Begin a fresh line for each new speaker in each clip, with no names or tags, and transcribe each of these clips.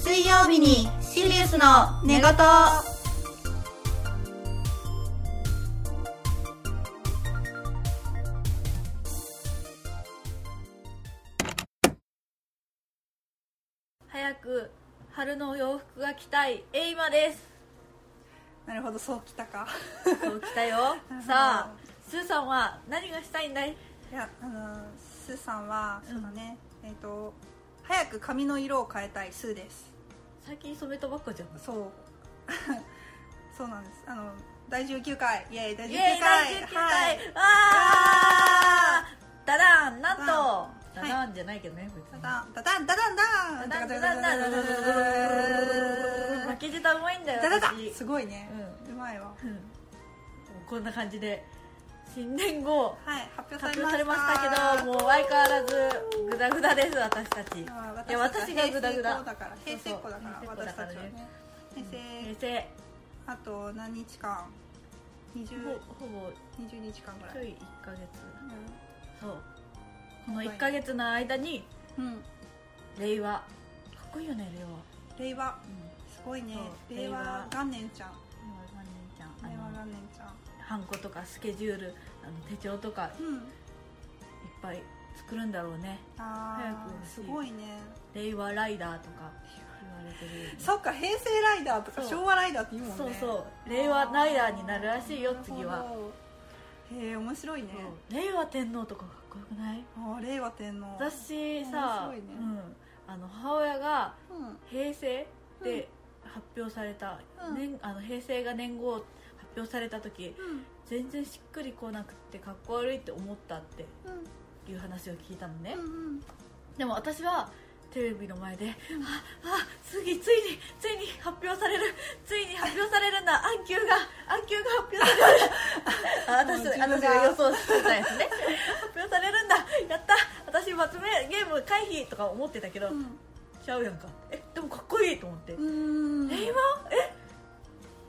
水曜日にシリウスの寝言
早く春の洋服が着たいエイマです
なるほどそうきたか
そう来 たよさあスーさんは何がしたいんだい
いやあのースーさんはそうだね、えっ、と早く髪の色を変えたいスーです
最近染めたばっかじゃん
そうそうなんですあの第19回イエーイ第19
イ
回
エーイ第19
は
回
い
わあダダンなんと
ダ
ダ
ダン
ダンじゃないけどね別
ダ
に
ダンダダンダダンダン
ダダンダダンダダンダダン負けてたうまいんだよ
ダダダ
私
すごいね、
う
うまいわ
うんこんな感じで新年後
はい発
発
表
表さ
さ
れ
れ
ま
ま
し
したた
けどもう相変わらずグダグダです私たち
あ
いや私がグダグダ
平成っ子だから平成っ子だから
そうそう
私たちはね平成、
平成
あと何日間
ほ
20
ほぼ
20日間ぐら
ちょ
い
い1ヶ月そうこの1ヶ月の間に
うん、うん、
令和かっこいいよね令和
令和
うん
すごいね
そう
令
令和
和元年ちゃん
万年ちゃん
令和
あの
元年ちゃん
ハンコとかスケジュールあの手帳とかいっ
うん
ぱい作るんだろうね
あ
早く
あす
欲しい
ごいね
令和ライダーとか言われてるよね
そっか平成ライダーとか
そう
昭和ライダーって言うもんね
そうそう令和ライダーになるらしいよ
あー
次
なる
は
ほどへえ面白いね
そう令和天皇とかかっこよくない
あー令和天皇
私さ、
面白いね
うん、あの母親が
うん
平成で発表された、
うん
年あの平成が年号発表された時全然しっくりこなくてかっこ悪いって思ったって
うん
いう話を聞いたのね
うん、うん
でも私はテレビの前で、ああ次ついについに発表されるついに発表されるんだアンキューがアンキューが発表されるあ私
も う自分が
私が予想してたやつね発表されるんだやった私罰目ゲーム回避とか思ってたけど、
うん
ちゃうやんかえでもかっこいいと思って、
うん
え今え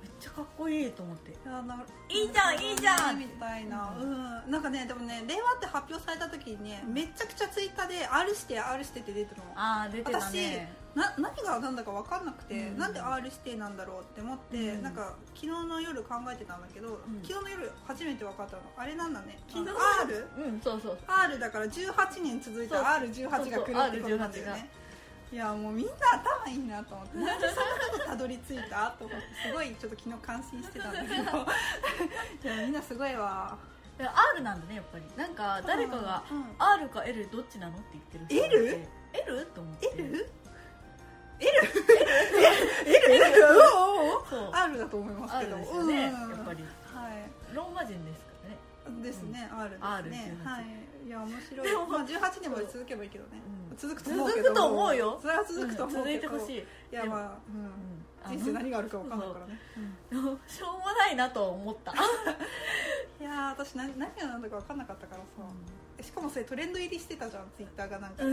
めっちゃかっこいいと思って
あない
いじゃんいいじゃん
みたいな、うん、なんかねでもね令和って発表された時にねめちゃくちゃツイッターで R して R してって出てるの
ああ出てた
私
ね
な何がなんだか分かんなくて、
うん
なんで R してなんだろうって思って、
うん
なんか昨日の夜考えてたんだけど、
ん
昨日の夜初めて分かったのあれなんだね
昨日
あの R?
うんそうそう
R だから18年続いた
そう
R18 が来るってことなんだよ
そうそう R18 が
ねいやもうみんな頭いいなと思ってなんでそんなことたどり着いたと思ってすごいちょっと昨日感心してたんだ けどいやみんなすごいわ
いや R なんだねやっぱりなんか誰かが
うん
R か L どっちなのって言ってる人がいて L? と思って
L? L? L? L? おお
そう
R だと思いますけ
R
ど
ですよねや
うん
っぱり
はい
ローマ人ですからね
ですね、R ですね
R18
はいいや面白い
でも
まあ18年まで続けばいいけどね、
うん
続くと思うけど
続くと思うよ
それは続くと思う
続
け
い
ど
て、ほし
い
いい
やまあ、うん、人生何があるか分かんないからね、
しょうもないなと思った
いやー私何何が何だか分かんなかったからさ、しかもそれトレンド入りしてたじゃんツイッターがなんか、 マ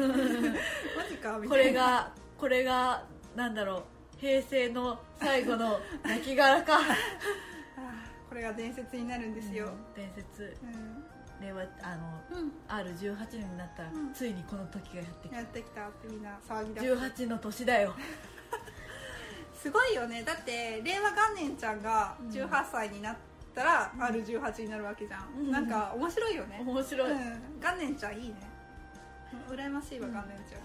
ジかみ
こ
た
れ
いな
がこれがなんだろう平成の最後の泣き殻か
あーこれが伝説になるんですよ、
伝説
うん
令和あの R18 年になったら、
うん
ついにこの時がやってき
やってきたってみんな騒ぎだ
た18の年だよ
すごいよねだって令和元年ちゃんが
うん
18歳になったら R18 になるわけじゃん、
うん
なんか面白いよね、
面
う
白い、
ん、元年ちゃんいいね羨ましいわ元年ちゃん、
そ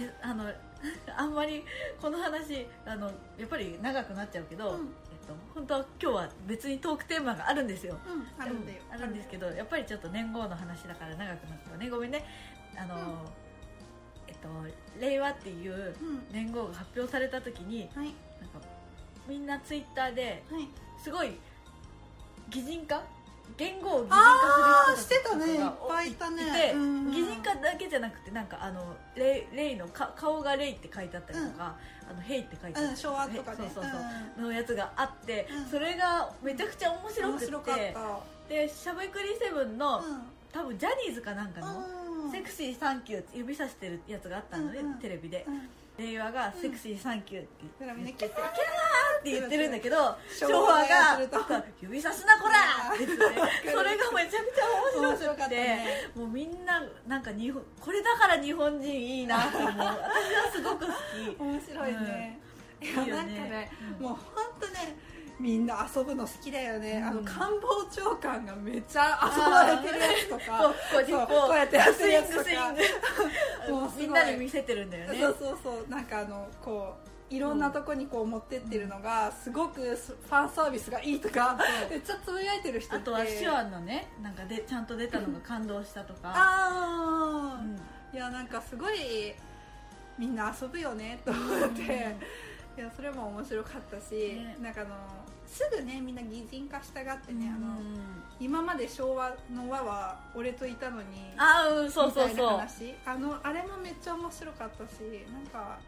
うであの あんまりこの話あのやっぱり長くなっちゃうけど、
うん
えっと、本当は今日は別にトークテーマがあるんですよ
うんあるんだよ
あるんですけどやっぱりちょっと年号の話だから長くなっちゃうねごめんねあの、
うん
えっと令和っていう
うん
年号が発表された時に
はい
なんかみんなツイッターで
はい
すごい擬人化言語を擬人
あ
化
ー
す
し
る
て
人
た
たち
ねいっ
が
ぱいいたね
で
うん
擬人化だけじゃなくてなんかあのレイレイのか顔がレイって書いてあったりとか、あのヘイって書いてあったり
うん昭和とかね
そうそうそう、のやつがあって、
うん
それがめちゃくちゃ面
うん
白
面
くて
白かった
でしゃべくりセブンの、多分ジャニーズかなんかの、
うん
セクシーサンキューって指さしてるやつがあったのね、
うんうん
テレビで
う、ん
令和が「セクシーサンキュー」って
だからみんなキャー
って言ってるんだけど
昭
昭
和
和
が
が
やると
「指さすなこら!」って言って ねそれがめちゃくちゃ面白
面白
く
かった
て、
ね
もうみんななんか日本これだから日本人いいなって思う私はすごく好き
面白いね、いや
いいよ
なんか
ね
ね、
うん
もうほんとねみんな遊ぶの好きだよね、あ
う
の
ん
官房長官がめっちゃ遊ばれてるやつと
こ
か
うこう
そう
こう
こうやってやってるやつとか
スイングスイング
もうすごい
みんなで見せてるんだよね
そうそうそうなんかあのこういろんなとこにこう持ってってるのがすごくファンサービスがいいとかめっちゃつぶやいてる人
あ
って
とは手話のねなんかでちゃんと出たのが感動したとか、
あ
う
あ、
ん
いやなんかすごいみんな遊ぶよねと思って、いやそれも面白かったし、
ね
なんかあのすぐねみんな擬人化したがってね、あの
うん
今まで昭和の和は俺といたのに
あうんそうそう
みたい
そ
な
う
話あのあれもめっちゃ面白かったしなんか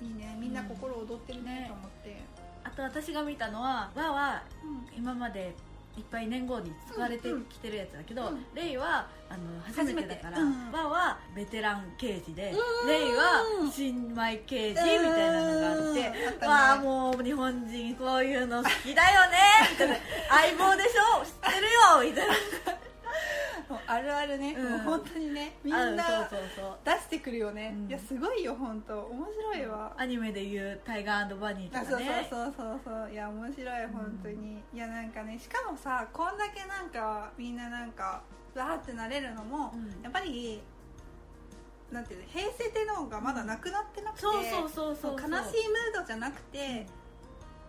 いいねみんな心躍ってるねと思って、
あと私が見たのは「和」は
うん
今までいっぱい年号に使われてきてるやつだけど
うん
「レイ」はあの初めてだから
初めて
「
うん
和」はベテラン刑事で
う
「
ん
レイ」は新米刑事みたいなのがあって
うんあったね
わあもう日本人こういうの好きだよねみたいな相棒でしょ知ってるよみたいな
もうあるあるね、
うん
もう本当にねみん
あ
な
そうそうそう
出してくるよね、
うん
いやすごいよ本当面白いわ、
アニメで言う「タイガーバニー」
あ
とか
そう
ね
そうそうそうそういや面白い本当に、いやなんかねしかもさこんだけなんかみんななんかわーってなれるのも、
うん
やっぱりなんていうの平成天皇がまだなくなってなくて
そうそうそうそう
悲しいムードじゃなくて、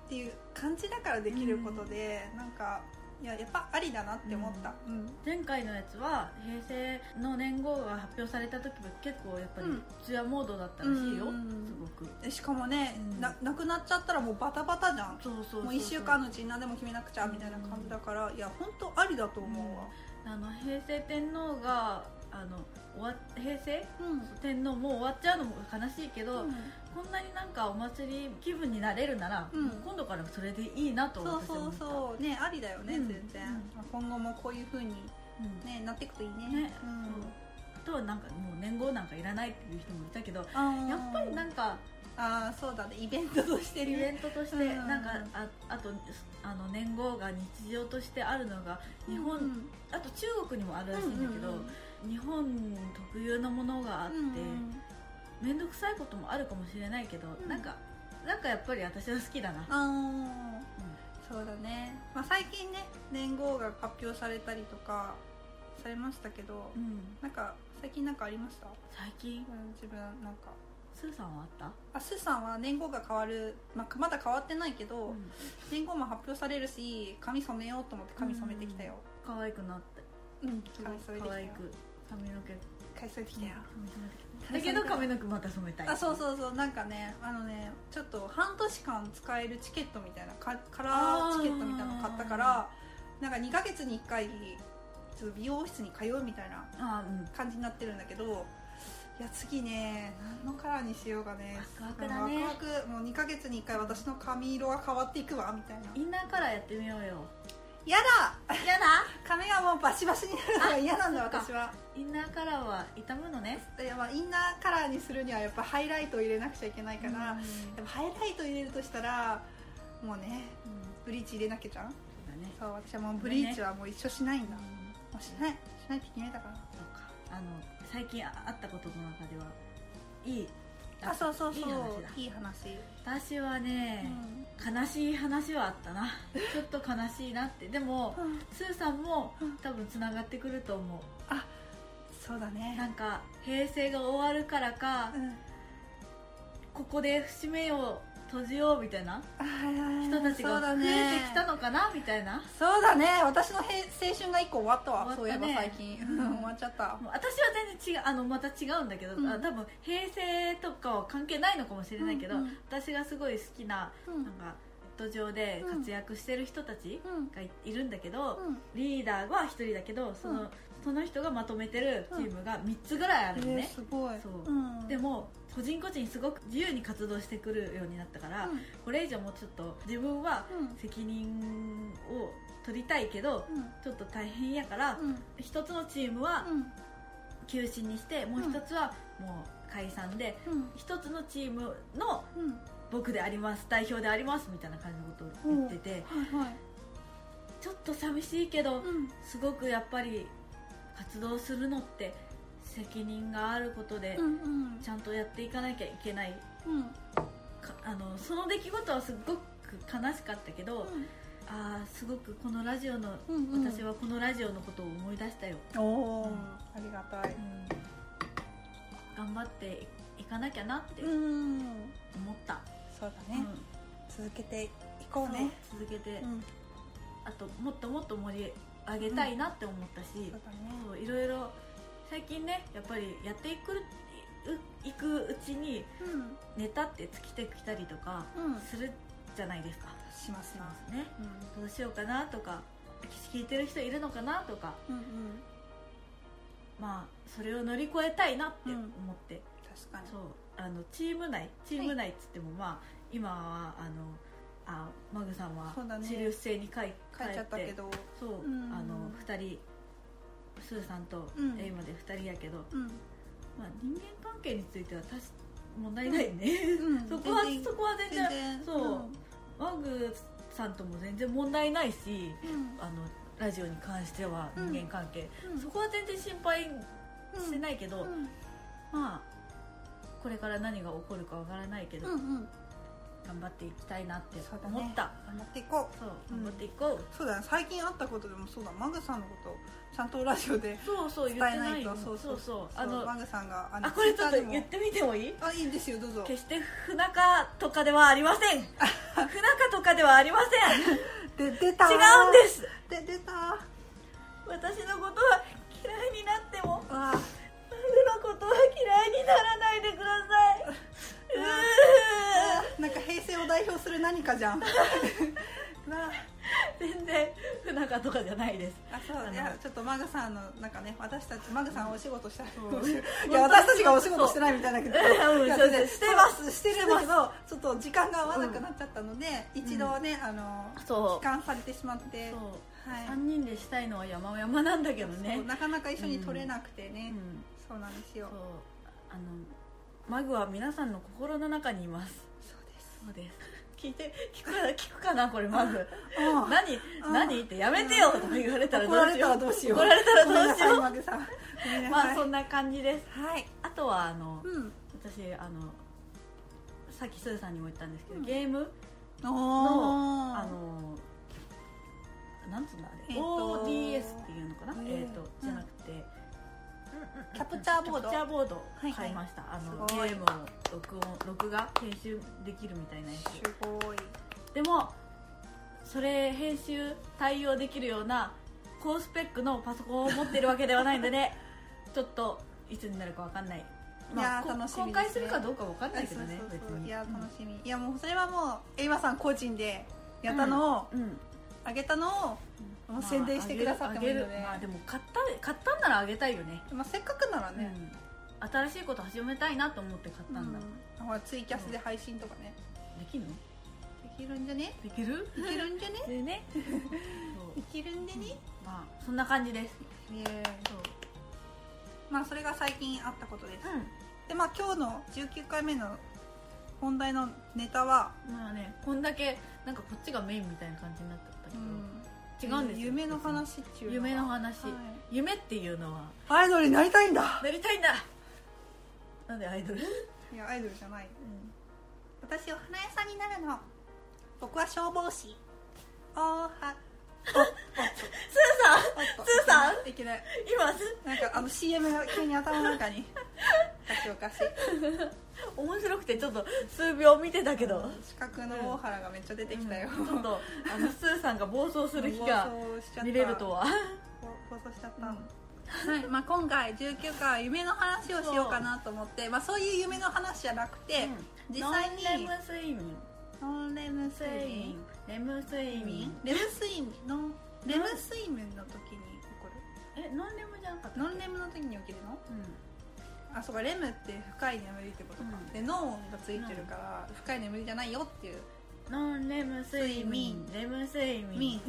っていう感じだからできることで、なんかいややっぱありだなって思った、うん
前回のやつは平成の年号が発表された時も結構やっぱり
うん
ツヤモードだったらしいよ、
うん
すごく
でしかもね、
うん
ななくなっちゃったらもうバタバタじゃん
そうそうそう
もう1週間のうちに何でも決めなくちゃみたいな感じだから、いや本当ありだと思うわ、
あの平成天皇があの終わ平成
うん
天皇もう終わっちゃうのも悲しいけど、こんなになんかお祭り気分になれるなら、
うん
もう今度からそれでいいなと
そう
私は
そ
思っ
う
た
そうねありだよね、
うん
全然、今後もこういう風に
うん
ねなっていくといいね
ね
うん
あとはなんかもう年号なんかいらないっていう人もいたけど
あー
やっぱりなんか
あーそうだねイベントとして
イベ
ね
ントとして
うん
なんかああとあの年号が日常としてあるのが日本、
うん
あと中国にもあるらしいんだけど、
うんうん
日本特有のものがあって
うん
面倒、くさいこともあるかもしれないけど、
うん
なんかなんかやっぱり私は好きだな、
あ
うん
ーそうだね、まあ、最近ね年号が発表されたりとかされましたけど、
うん
なんか最近なんかありました、
最近
うん、自分なんか
スーさんはあっ
あスーさんは年号が変わる、まあ、まだ変わってないけど、
た、
年号も発表されるし髪染めようと思って髪染めてきたよ、
可愛くなって
うん、
すご
髪
い
染め
可
て
愛
きたよ
く髪の毛
髪染めてきたよ
髪染めてきただけど髪の毛また染めたい
あそうそうそうなんかねあのねちょっと半年間使えるチケットみたいなカカラーチケットみたいなの買ったからなんか2ヶ月に1回ちょっと美容室に通うみたいな
あうん
感じになってるんだけどいや次ね何のカラーにしようかね
ワクワクだね
もうワクワクもう2ヶ月に1回私の髪色が変わっていくわみたいな
インナーカラーやってみようよ
やだ
嫌だ
髪がもうバシバシになるのが嫌なんだ
あそっか
私は
インナーカラーは傷むのね
いやまあインナーカラーにするにはやっぱハイライトを入れなくちゃいけないから、やっ
うん
ぱハイライト入れるとしたらもうね
うん
ブリーチ入れなきゃじゃん
そうだね
そう私はもうブリーチはもう一生しないんだ、もうしないしないって決めたから
そうかあの最近ああったことの中ではいい
あそうそうそうい
いい話だ
い話
私はね、悲しい話はあったなちょっと悲しいなってでも
うんうん
スーさんも
うん
多分つながってくると思
そうだ
うな
ね
んか平成が終わるからか
うん
ここで節目を閉じようみたいな
あー
人たち
そう
が
だ
増えて
ね
きたのかなみたいな
そうだね私のへ青春が一個終わったわ
終わったね
そういえば最近、うん 終わっちゃった
もう私は全然違うあのまた違うんだけど、
うん
あ多分平成とかは関係ないのかもしれないけど、
うんうん
私がすごい好きな
う
なんかネット上で活躍してる人たちがいいるんだけど、リーダーは一人だけどその,、
うん
その人がまとめてるチームが3つぐらいあるの
えー
ね、
すごい
そうんでも個人個人すごく自由に活動してくるようになったから、
うん
これ以上もうちょっと自分は
う
責任を取りたいけど、
んうん
ちょっと大変やから、
うん
一つのチームは
うん
休止にしてもう一つはもう解散で
うん
一つのチームの
うん
僕であります代表でありますみたいな感じのことを言ってて
はいはい
ちょっと寂しいけど
うん
すごくやっぱり活動するのって責任があることで
うんうん
ちゃんとやっていかなきゃいけない
うん
かあのその出来事はすごく悲しかったけどああすごくこのラジオの
うんうん
私はこのラジオのことを思い出したよ、
おおーありがたい
頑張っていかなきゃなって
うん
思った、
そうだ
う
ね
ん
続けていこう
そ
ね
う続けて、
うん
あともっともっと盛り上げたいなって思ったし、
そうだね
そういろいろ最近ねやっぱりやっていくういくうちに
うん
ネタって尽きてきたりとか
うん
するじゃないですか、
します
し
な
ますね
う
どうしようかなとか聞いてる人いるのかなとか
んうんうん
まあそれを乗り越えたいなって思って、
確かに
そうあのチーム内チーム内っつっても、まあ今はあのあマグさんは
そうだね
シリウス星に帰帰
書いちゃった
て
けど
そう、
うん
あの2人スーさんと
うん
エイまで2人やけど、
うん
まあ、人間関係については確か問題ないね、
うん
そこは
全然
そこは全然
全然
そう、マグさんとも全然問題ないし
うん
あのラジオに関しては
うん
人間関係、
うん
そこは全然心配してないけど、
うん
まあこれから何が起こるかわからないけど、
うんうん
頑張っていきたいなって
そうだね
思った
頑張っていこう
そう,、
うん
頑張っていこう
そうだね最近あったことでもそうだマグさんのことちゃんとラジオで
そうそう言
伝え
って
な
ない
いと
よ
そうそう
そうあ
そうマ
の
グさんがあの
あこれちょっ
Twitter で
と
も
言ってみてもいい
あいいですよどうぞ
決して不仲とかではありませ ん不仲とかではありません違うん
で出た
です
で出たわ
私のことは嫌いになってもマ
あ
グのことは嫌いにならないでくださいうー
なんか平成を代表する何かじゃんなあ
全然不仲とかじゃないです
あそう
あの
いやちょっとマグさんのなんかね私たちマグさんはお仕事した
そう
いや私たちがお仕事してないみたいだけど
そう
いや
そうそう
してますしてるんだけどちょっと時間が合わなくなっちゃったので、一度ねあの
そ
帰還されてしまって
そう、
はい
3人でしたいのは山々なんだけどね
そうなかなか一緒に撮れなくて
う
ね、
ん
そうなんです
そ
よ
うあのマグは皆さんの心の中にいます
そうです
そうです聞いて聞くかな聞くかなこれマ グ
ああ
何
あ
何ってやめてよとか言われたら
怒ら
どう
れ
したよ
ら
う
どうしよう
怒られたらどうしよう
ごめんなさいマグさんごめんなさ
ま
い、
あそんな感じです
はい
あとはあの
うん
私あのさっきすずさんにも言ったんですけど、
うん
ゲーム
おー
あのなんつうんだあれ、
えっと
ODS っていうのかな、
うん
えっ、とじゃなくて、
キャプチャーボー
キ
ド
ャプチャーボード
はいはい
買いました、
す
あ
ご
の
い
ゲームを録音録画編集できるみたいなや
すごい
つでもそれ編集対応できるような高スペックのパソコンを持ってるわけではないんで ねちょっといつになるかわかんない、
いやー
こ
楽しみですね
公開するかどうかわかんないけどね
そうそう
別
そう
に
いや楽しみ、いやもうそれはもうエイマさん個人でやったのを、
うんうん
あげたのを、
ま
も
あ
う宣伝してくださってもいいよ
あげる
ね
まあ、でも買った買ったんならあげたいよね
まあ、せっかくならね、
うん、新しいこと始めたいなと思って買ったんだ、
うんほらツイキャスで配信とかね、
できるの
できるんじゃね
できる
できるんじゃね
で ねそう
できるんでね、
まあそんな感じです
イエーイ
そう
まあそれが最近あったことです、
う
でまあ今日の19回目の本題のネタは、
んまあねこんだけなんかこっちがメインみたいな感じになっちゃったけど、違うんですよ
夢の話っていう
夢の
話
話、
はい
夢っていうのは
アイドルになりたいんだ
なりたいんだなんでアイドル、
いやアイドルじゃない私お花屋さんになるの僕は消防士おは
スーさんス
おっと
ーさ
いけない
今す
なんかあの CM が急に頭の中におかしいおかしい
面白くてちょっと数秒見てたけど、
四角の大原がめっちゃ出てきたよ、
うんちょっとあ のスーさんが暴走する日が
放送しちゃった
見れるとは
放送しちゃった、はいまあ、今回19回は夢の話をしようかなと思ってそう,、まあ、そういう夢の話じゃなくて、実際に
ノンレム睡眠
ノンレム睡眠
レム睡眠
レム睡眠ノンレム睡眠の時に起こる
えノンレムじゃなかった
ノンレムの時に起きるの
う
あそうかレムって深い眠りってことか、
うん
で脳がついてるから深い眠りじゃないよっていうん
ノンレム睡眠レム睡
ミ
眠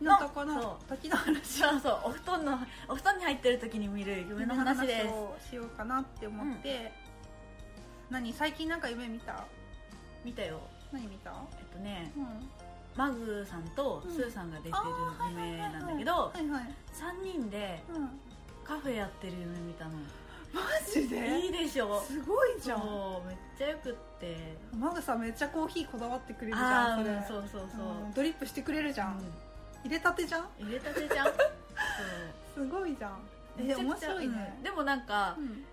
ン
の
のとこの時の話
そうそうお布団のお布団に入ってる時に見る夢の話です
をしようかなって思って、何最近なんか夢見た
見たよ
何見た
えっとね
うん
マグさんとスーさんが出てる夢なんだけど
はいはい、
3人で
うん、
カフェやってる夢見たの
マジで
いいでしょ
すごいじゃん
そうめっちゃよくって
マグさんめっちゃコーヒーこだわってくれるじゃ
あ
ん
あ
それ
ーうんそうそうそう、
うんドリップしてくれるじゃん、入れたてじゃん
うん入れたてじゃんそう
すごいじゃん
め
え
ちゃ
面
くちゃ
白いね
うん、でもなんか、
うん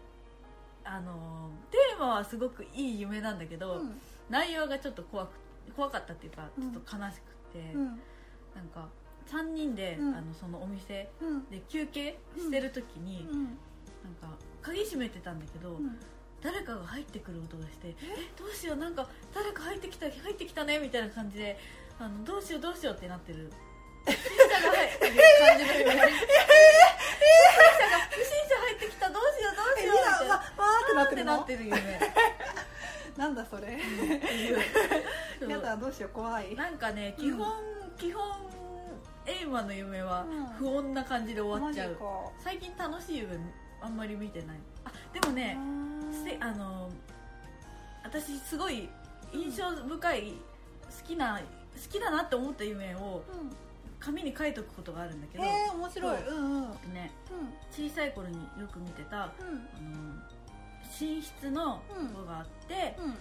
あのーテーマはすごくいい夢なんだけど、
うん
内容がちょっと怖く怖かったっていうか
う
ちょっ
ん
と悲しくて、
うん
なんか3人で、
うん
あのそのお店
うん
で休憩してる時に、
うん
なんか鍵閉めてたんだけど、
うん
誰かが入ってくる音がしてえどうしようなんか誰か入ってきた入ってきたねみたいな感じであのどうしようどうしようってなってる不審者が入ってきた感じの夢不審者が不審者入ってきたどうしようどう
え
し
み
ようみ
んな
たい
わ
な
わーってなってるの
なってる夢
なんだそれ
そう
やだどうしよう怖い
なんかね基本、基本エイマの夢は
うん
不穏な感じで終わっちゃう、
マジか
最近楽しい夢あんまり見てないあでもねせあの私すごい印象深い、好きな好きだなって思った夢を
うん
紙に書いとくことがあるんだけど、
へえ面白い
そ
うんうんうん
ね、小さい頃によく見てた
うん
あの寝室の
うん
とこがあって、
うん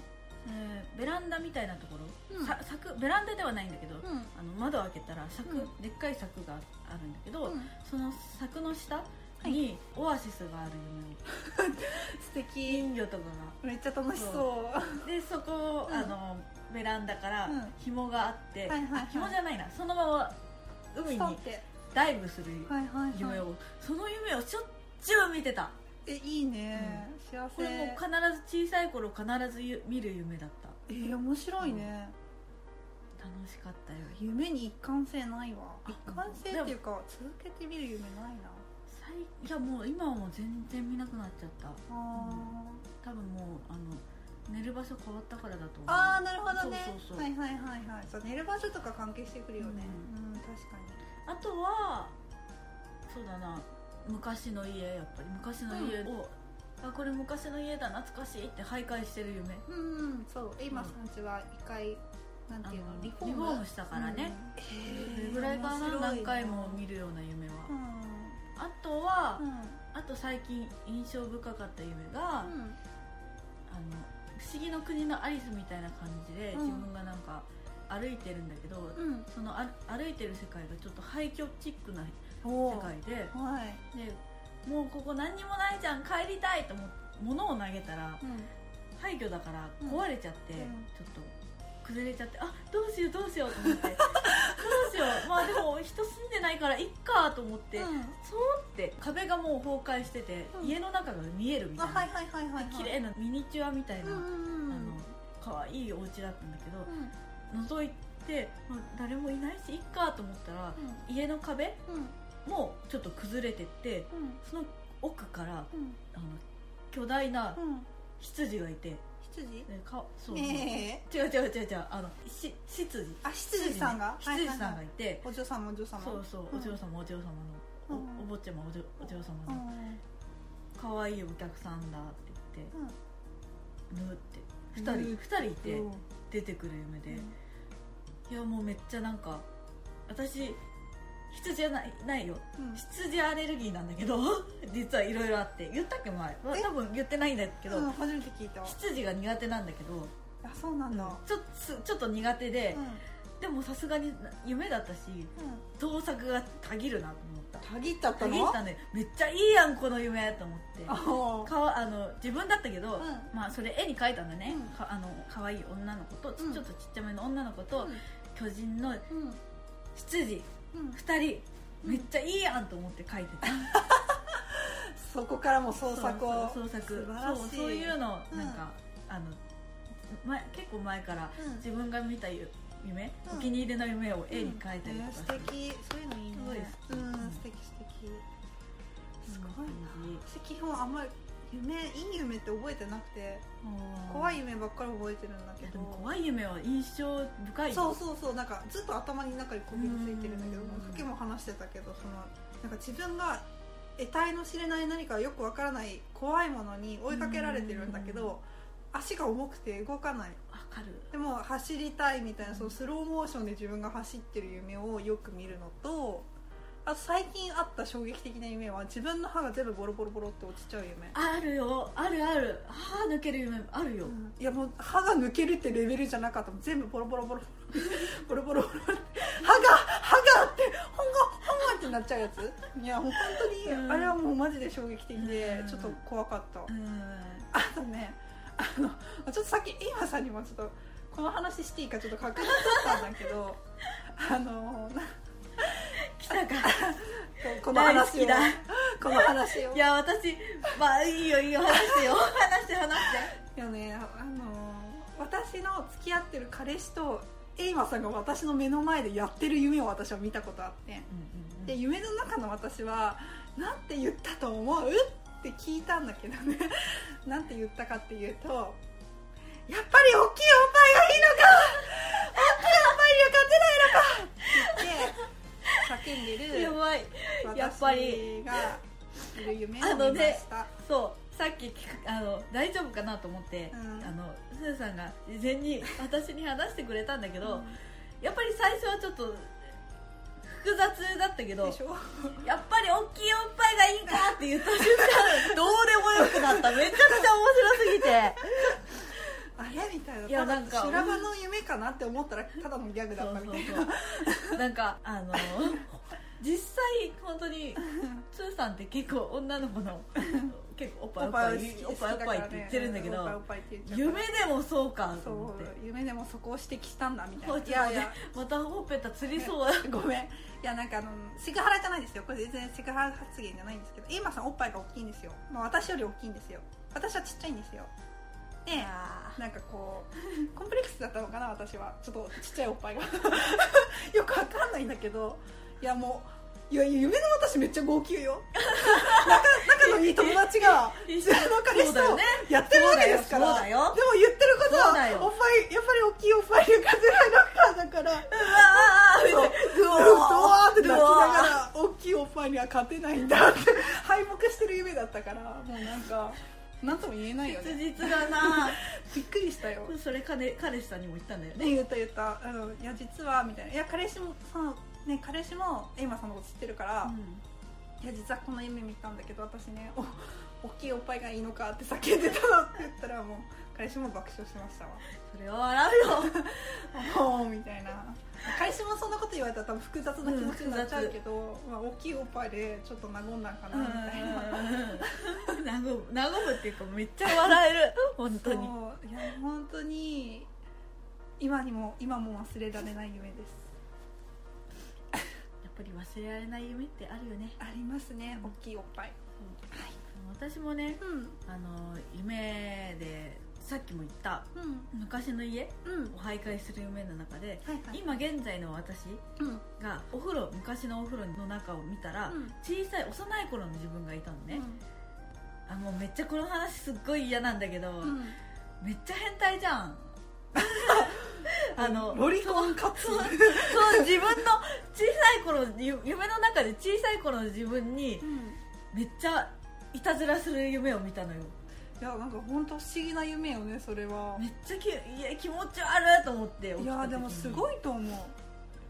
えーベランダみたいなところ、
うん
さ柵ベランダではないんだけど、
うん
あの窓を開けたら柵、
うん
でっかい柵があるんだけど、
うん
その柵の下にオアシスがある
素敵
夢を金魚とか
めっちゃ楽しそう
がでそこを、
うん
あのベランダから
うん
紐があって、
はいはいはい
あ紐じゃないなそのまま海
ストンっ
に
て
ダイブする
はいはい
夢を、
はい
その夢をしょっちゅう見てた
えいいね幸せ
これもう必ず小さい頃必ずゆ見る夢だった
えー面白いね
楽しかったよ
夢に一貫性ないわ
あ
一貫性っていうか続けて見る夢ないな
最いやもう今はもう全然見なくなっちゃった
あ
多分もうあの寝る場所変わったからだと思う
ーあーなるほどね
そうそうそう
はいはいはいはいそう寝る場所とか関係してくるよねうん確かに
あとはそうだな昔の家やっぱり昔の家を、あこれ昔の家だ懐かしいって徘徊してる夢
うんそうエイマさんちは一回なんていう
あ
の
の
リフォーム
リフォームしたからね
うん
それぐらいか
面白
ない何回も見るような夢は、
うん
あとは、
うん
あと最近印象深かった夢が、あの
うん
不思議の国のアリスみたいな感じで、
うん
自分がなんか歩いてるんだけど、
うん
そのあ歩いてる世界がちょっと廃墟チックな世
おー
界で
はい
でもうここ何にもないじゃん帰りたいと思って物を投げたら
うん
廃墟だから
うん
壊れちゃって、
うん
ちょっと崩れちゃってあどうしようど うしようと思ってどうしようまあでも人住んでないからいっかと思って、
う
そ
ん
うって壁がもう崩壊してて、
うん
家の中が見えるみ
あ
たい
はい
な
はいはいはいはい
綺麗なミニチュアみたいな、
うんうんうん
あの可愛いお家だったんだけど
う、ん
覗いて、まあ誰もいないしいっかと思ったら、
うん
家の壁
うん
もちょっと崩れてって
うん
その奥から
うん
あの巨大な
うん
羊がいて、
羊
でかそう、
ねえ
違う違う違う違うあのし執事
あ羊さんが
執事ね執事
は
さ
い
んが
はいはい
いて、
お嬢様お嬢様
そうそう
うん
お嬢様お嬢様の、
うん
おお坊ちゃまお嬢お嬢
う
様
ん
の可愛いお客さんだって言ってぬって二人
ぬー
二人いて
うん
出てくる夢で、
うん
いやもうめっちゃなんか私羊じゃないないよ
うん
羊アレルギーなんだけど 実はいろいろあって言ったっけ前まあ
え
多分言ってないんだけど、
うん初めて聞いたあ
羊が苦手なんだけど、
そうなんだ
ちょすちょっと苦手で
う、ん
でもさすがにな夢だったし
うん
盗作がたぎるなと思った
たぎっちゃった
たぎ
の
ったねめっちゃいいやんこの夢と思って
あおー
かわあの自分だったけど、
うん
まあ、それ絵に描いたんだね、
うん
かあの可愛い女の子とち,、
うん
ちょっとちっちゃめの女の子と、巨人の
うんうん
羊
うん
2人
うん
めっちゃいいやんと思って描いてた
そこからも創作を
そうそう創作
素晴らしい
そうそういうの
うん
なんか、あの前結構前から
うん
自分が見たゆ夢、
うん
お気に入りの夢を絵に描いたりとかして、
うんえー素敵そういうのいいね
すごい好き
うん素敵素敵すごいな
うん
私基本あんまり夢いい夢って覚えてなくて怖い夢ばっかり覚えてるんだけ
やで
ど
も怖い夢は印象深い
そうそうそうなんかずっと頭に中にこびりついてるんだけど
うん
もうさっきも話してたけどそのなんか自分が得体の知れない何かよくわからない怖いものに追いかけられてるんだけど足が重くて動かない
わかる
でも走りたいみたいなそのスローモーションで自分が走ってる夢をよく見るのとあと最近あった衝撃的な夢は自分の歯が全部ボロボロボロって落ちちゃう夢
あるよあるある歯抜ける夢あるよ、
いやもう歯が抜けるってレベルじゃなかった全部ボロボロボロ ボロボロボロって歯が歯がってほんがほんがってなっちゃうやついやもう本当
う
に
ん
あれはもうマジで衝撃的で
うん
ちょっと怖かった
うん
あとねあのちょっとさっき今さんにもちょっとこの話していいかちょっと確認だったんだけどあのなんか
来たか
この話を
大
この話を
いや私まあいいよいいよ話して よ話して話して
いやねあの私の付き合ってる彼氏とエイマさんが私の目の前でやってる夢を私は見たことあってで夢の中の私は「なんて言ったと思う?」って聞いたんだけどね なんて言ったかっていうと「やっぱり大きいおっぱいがいいのか大きいおっぱいには勝てないのか!」って言っ
や
て叫んでる
ばいやっぱり
私がいる夢を見ました。
そうさっき聞くあの大丈夫かなと思って、
うん
あのすーさんが事前に私に話してくれたんだけど、
うん
やっぱり最初はちょっと複雑だったけど
でしょ
やっぱり大きいおっぱいがいいかって言った瞬 間どうでもよくなっためちゃくちゃ
あれみたいない
やなんか
ただ修羅場の夢かなって思ったらただのギャグだった
面
み
白
た
すぎてそう
いな
そうそうなんかあの実際本当につーさんって結構女の子の結構おっぱいおっぱいおっぱいおっぱいって言ってるんだけ
おっぱいお
ど
っぱいって言っちゃう
夢でもそうかと
そ
思って
う夢でもそこを指摘したんだみたい
ほう
ない
ちょっ
や
と
い
ね
や
またほっぺた釣り そうだ
ごめんいやなんかあのセクハラじゃないですよこれ全然セクハラ発言じゃないんですけどエイマさんおっぱいが大きいんですよ、まあ、私より大きいんですよ私はちっちゃいんですよでなんかこう コンプレックスだったのかな私はちょっとちっちゃいおっぱいが よくわかんないんだけどいやもういや夢の私めっちゃ号泣よ仲仲のいい友 達が
一
自
緒
分の彼
そう
氏
だよね
とやってるわけですから
そうだよそうだよ
でも言ってることは
そうだよ
おっぱいやっぱり大きいおっぱいが出ないのかだから
あーう
ド
わ
ワーって泣きな
うわ
がら大きいおっぱいには勝てないんだって敗北してる夢だったからもうなんか何とも言えないよ
切
ね
実だな
びっくりしたよ
それ彼彼氏さんにも言ったんだよね
ね言った言ったあのいや実はみたいないや彼氏もそのね彼氏もエイマさんのこと知ってるから、いや実はこの夢見たんだけど私ねお大きいおっぱいがいいのかって叫んでたのって言ったらもう彼氏も爆笑しました
それは笑うよ
わもうみたいな彼氏もそんなこと言われたら多分複雑な気持ちになっちゃうけど、まあ、大きいおっぱいでちょっと和んだんかなみたいな
なごむなごむっていうかめっちゃ笑える本当に
そういや本当に今にも今も忘れられない夢です
やっぱり忘れられない夢ってあるよね
ありますね大きいおっぱい
私もね
うん
あの夢でさっきも言った
うん
昔の家
うん
を徘徊する夢の中で
はいはい
今現在の私
うんうん
がお風呂昔のお風呂の中を見たら、
うん
小さい幼い頃の自分がいたのね、あもうめっちゃこの話すっごい嫌なんだけど、
うん
めっちゃ変態じ ゃんあの
ロリコンカツ
そうそう自分の小さい頃ゆ夢の中で小さい頃の自分に
うん
めっちゃいたずらする夢を見たのよ
いやなんか本当不思議な夢よねそれは
めっちゃきいや気持ち悪いと思って
いやでもすご
い
いと思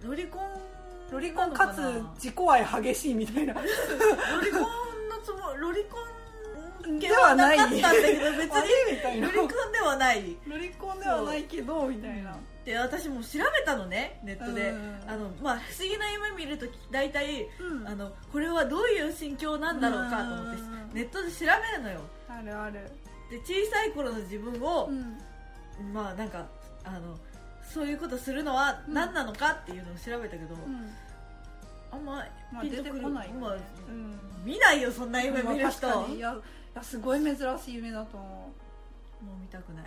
ロリコン
うロリコンかつ
なのな
自己愛激しいみたいな
ロリコンのつもロリコン
ではない
ではなかったんだけど別
あ
に
れみたいな
ロリコンではない
ロリコンではないけどみたいな
で私も調べたのねネットで、
うん
あのまあ、不思議な夢見るとき大体
うん
あのこれはどういう心境なんだろうかと思って
うん
ネットで調べるのよ
あるある
で小さい頃の自分を
う、ん
まあなんかあのそういうことするのは
うん
何なのかっていうのを調べたけど、
うん
あんま
まあ
ピン
出
と
て
くる、
こないよね
まあ
うん
見ないよそんな夢見る人
まあ確
も
かにいやいやすごい珍しい夢だと思う
う見たくない、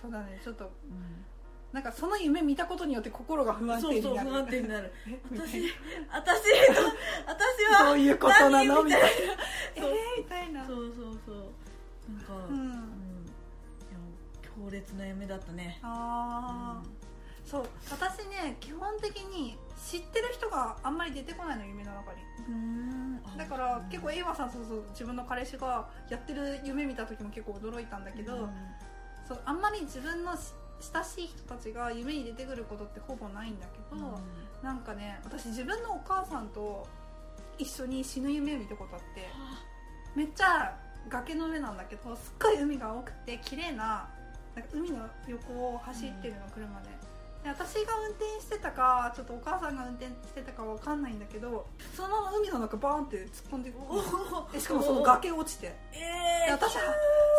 そうだねちょっとなんかその夢見たことによって心が不安
そ
定
うそう
になる
不安定になる
え みたい
私
な
私と私は
どういうことなの
何
みたいなえ
そう
ーみたいな
そうそうそうなんか、
う
うんい
ん
や強烈な夢だったね
あーそう私ね基本的に知ってる人があんまり出てこないの夢の中に
うん
だから結構エイワさんそうそう自分の彼氏がやってる夢見た時も結構驚いたんだけど、
うん
そうあんまり自分のし親しい人たちが夢に出てくることってほぼないんだけど、なんかね私自分のお母さんと一緒に死ぬ夢を見たことあってめっちゃ崖の上なんだけどすっごい海が青くて綺麗ななんか海の横を走ってるの車で,、で私が運転してたかちょっとお母さんが運転してたかわかんないんだけどそのまま海の中バーンって突っ込んでえしかもその崖落ちて
え
で
え
私は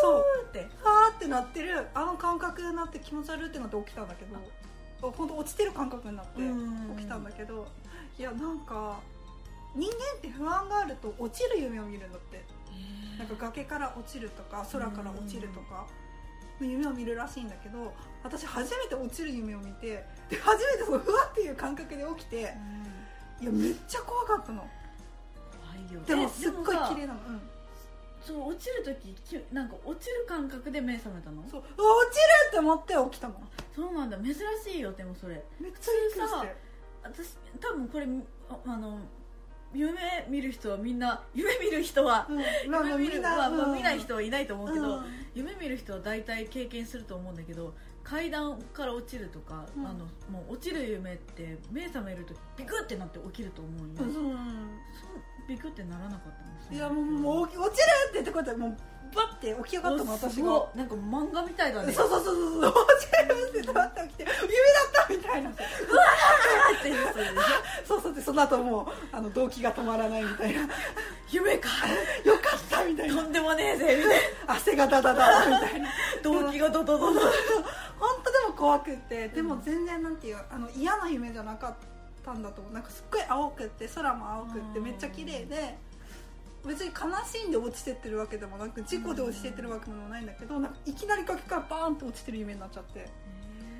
そうファーってなってるあの感覚になって気持ち悪いってなって起きたんだけど本当落ちてる感覚になって起きたんだけどいやなんか人間って不安があると落ちる夢を見るんだってなんか崖から落ちるとか空から落ちるとかの夢を見るらしいんだけど私初めて落ちる夢を見てで初めてそのふわっていう感覚で起きていやめっちゃ怖かったのでもすっごい綺麗なの、うん、
そう落ちる時きゅなんか落ちる感覚で目覚めたの
そううわ落ちるって思って起きたの
そうなんだ珍しいよでもそれ
めっちゃびっくりして
私多分これああの夢見る人はみんな 夢見る人は
うんまあまあ
夢見るはまあ見ない
うん
人はいないと思うけ
う
ど
ん
夢見る人は大体経験すると思うんだけど階段から落ちるとか、
うん
あのもう落ちる夢って目覚めるとビクってなって起きると思うよ、
う
そうんビクってならなかったの
いやもうもう起き落ちるってってことでもうバッて起き上がったの
お
私
す
が
ごいなんか漫画みたいだ
そう
ね
そううそうそうそう落ちるってバッて起きて夢だったみたいな
っていうそういう
そうそうでその後もうあの動機が止まらないみたいなよ
夢か
かったみたい
と
なん
でもねえぜみたい
汗がダダダみたいな
な 動機がドドドド
本当でも怖くてでも全然なんていうあの嫌な夢じゃなかったんだと思うなんかすっごい青くって空も青くって
うん
めっちゃ綺麗で別に悲しんで落ちてってるわけでもなく事故で落ちてってるわけでもないんだけどなんかいきなり崖からバーンと落ちてる夢になっちゃって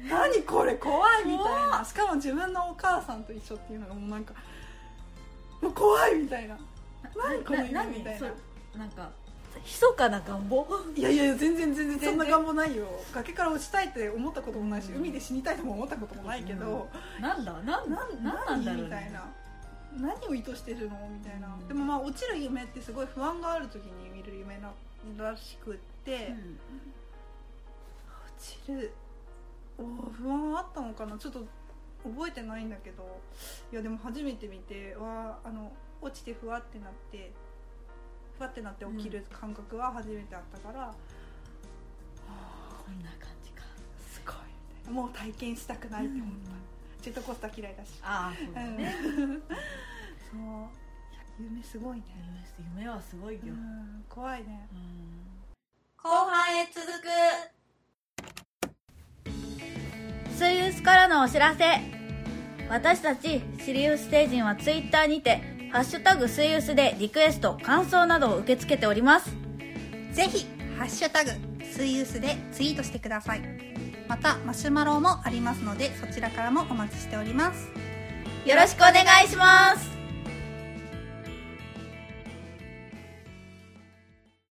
何これ怖いみたいなしかも自分のお母さんと一緒っていうのがもうなんかもう怖いみたいな何この
な
夢みた
何
い
そ
な
うなんか密かな願望
いやいやいや全然全然そん
全
な
然
願望ないよ崖から落ちたいって思ったこともないし
うん
海で死にたいとも思ったこともないけど、
なんだなん
な
なんなんだろう、ね、
みたいな何を意図してるのみたいな、
うん
でもまあ落ちる夢ってすごい不安がある時に見る夢ならしくって、
うん
落ちるおー不安はあったのかなちょっと覚えてないんだけどいやでも初めて見てわーあの落ちてふわってなってふわってなって起きる感覚は初めてあったから、
こんな感じか
すごいみたいなもう体験したくないって思った、ジェットコースター嫌いだし
ああそうだね、
うんそういや夢すごいね、
夢夢はすごいよ、
う
うん
ん、怖いね
後半へ続く
スイウスからのお知らせ私たちシリウス星人はツイッターにて「ハッシュタグスイウス」でリクエスト感想などを受け付けております
ぜひ「ハッシュタグスイウス」でツイートしてくださいまたマシュマロもありますのでそちらからもお待ちしております
よろしくお願いします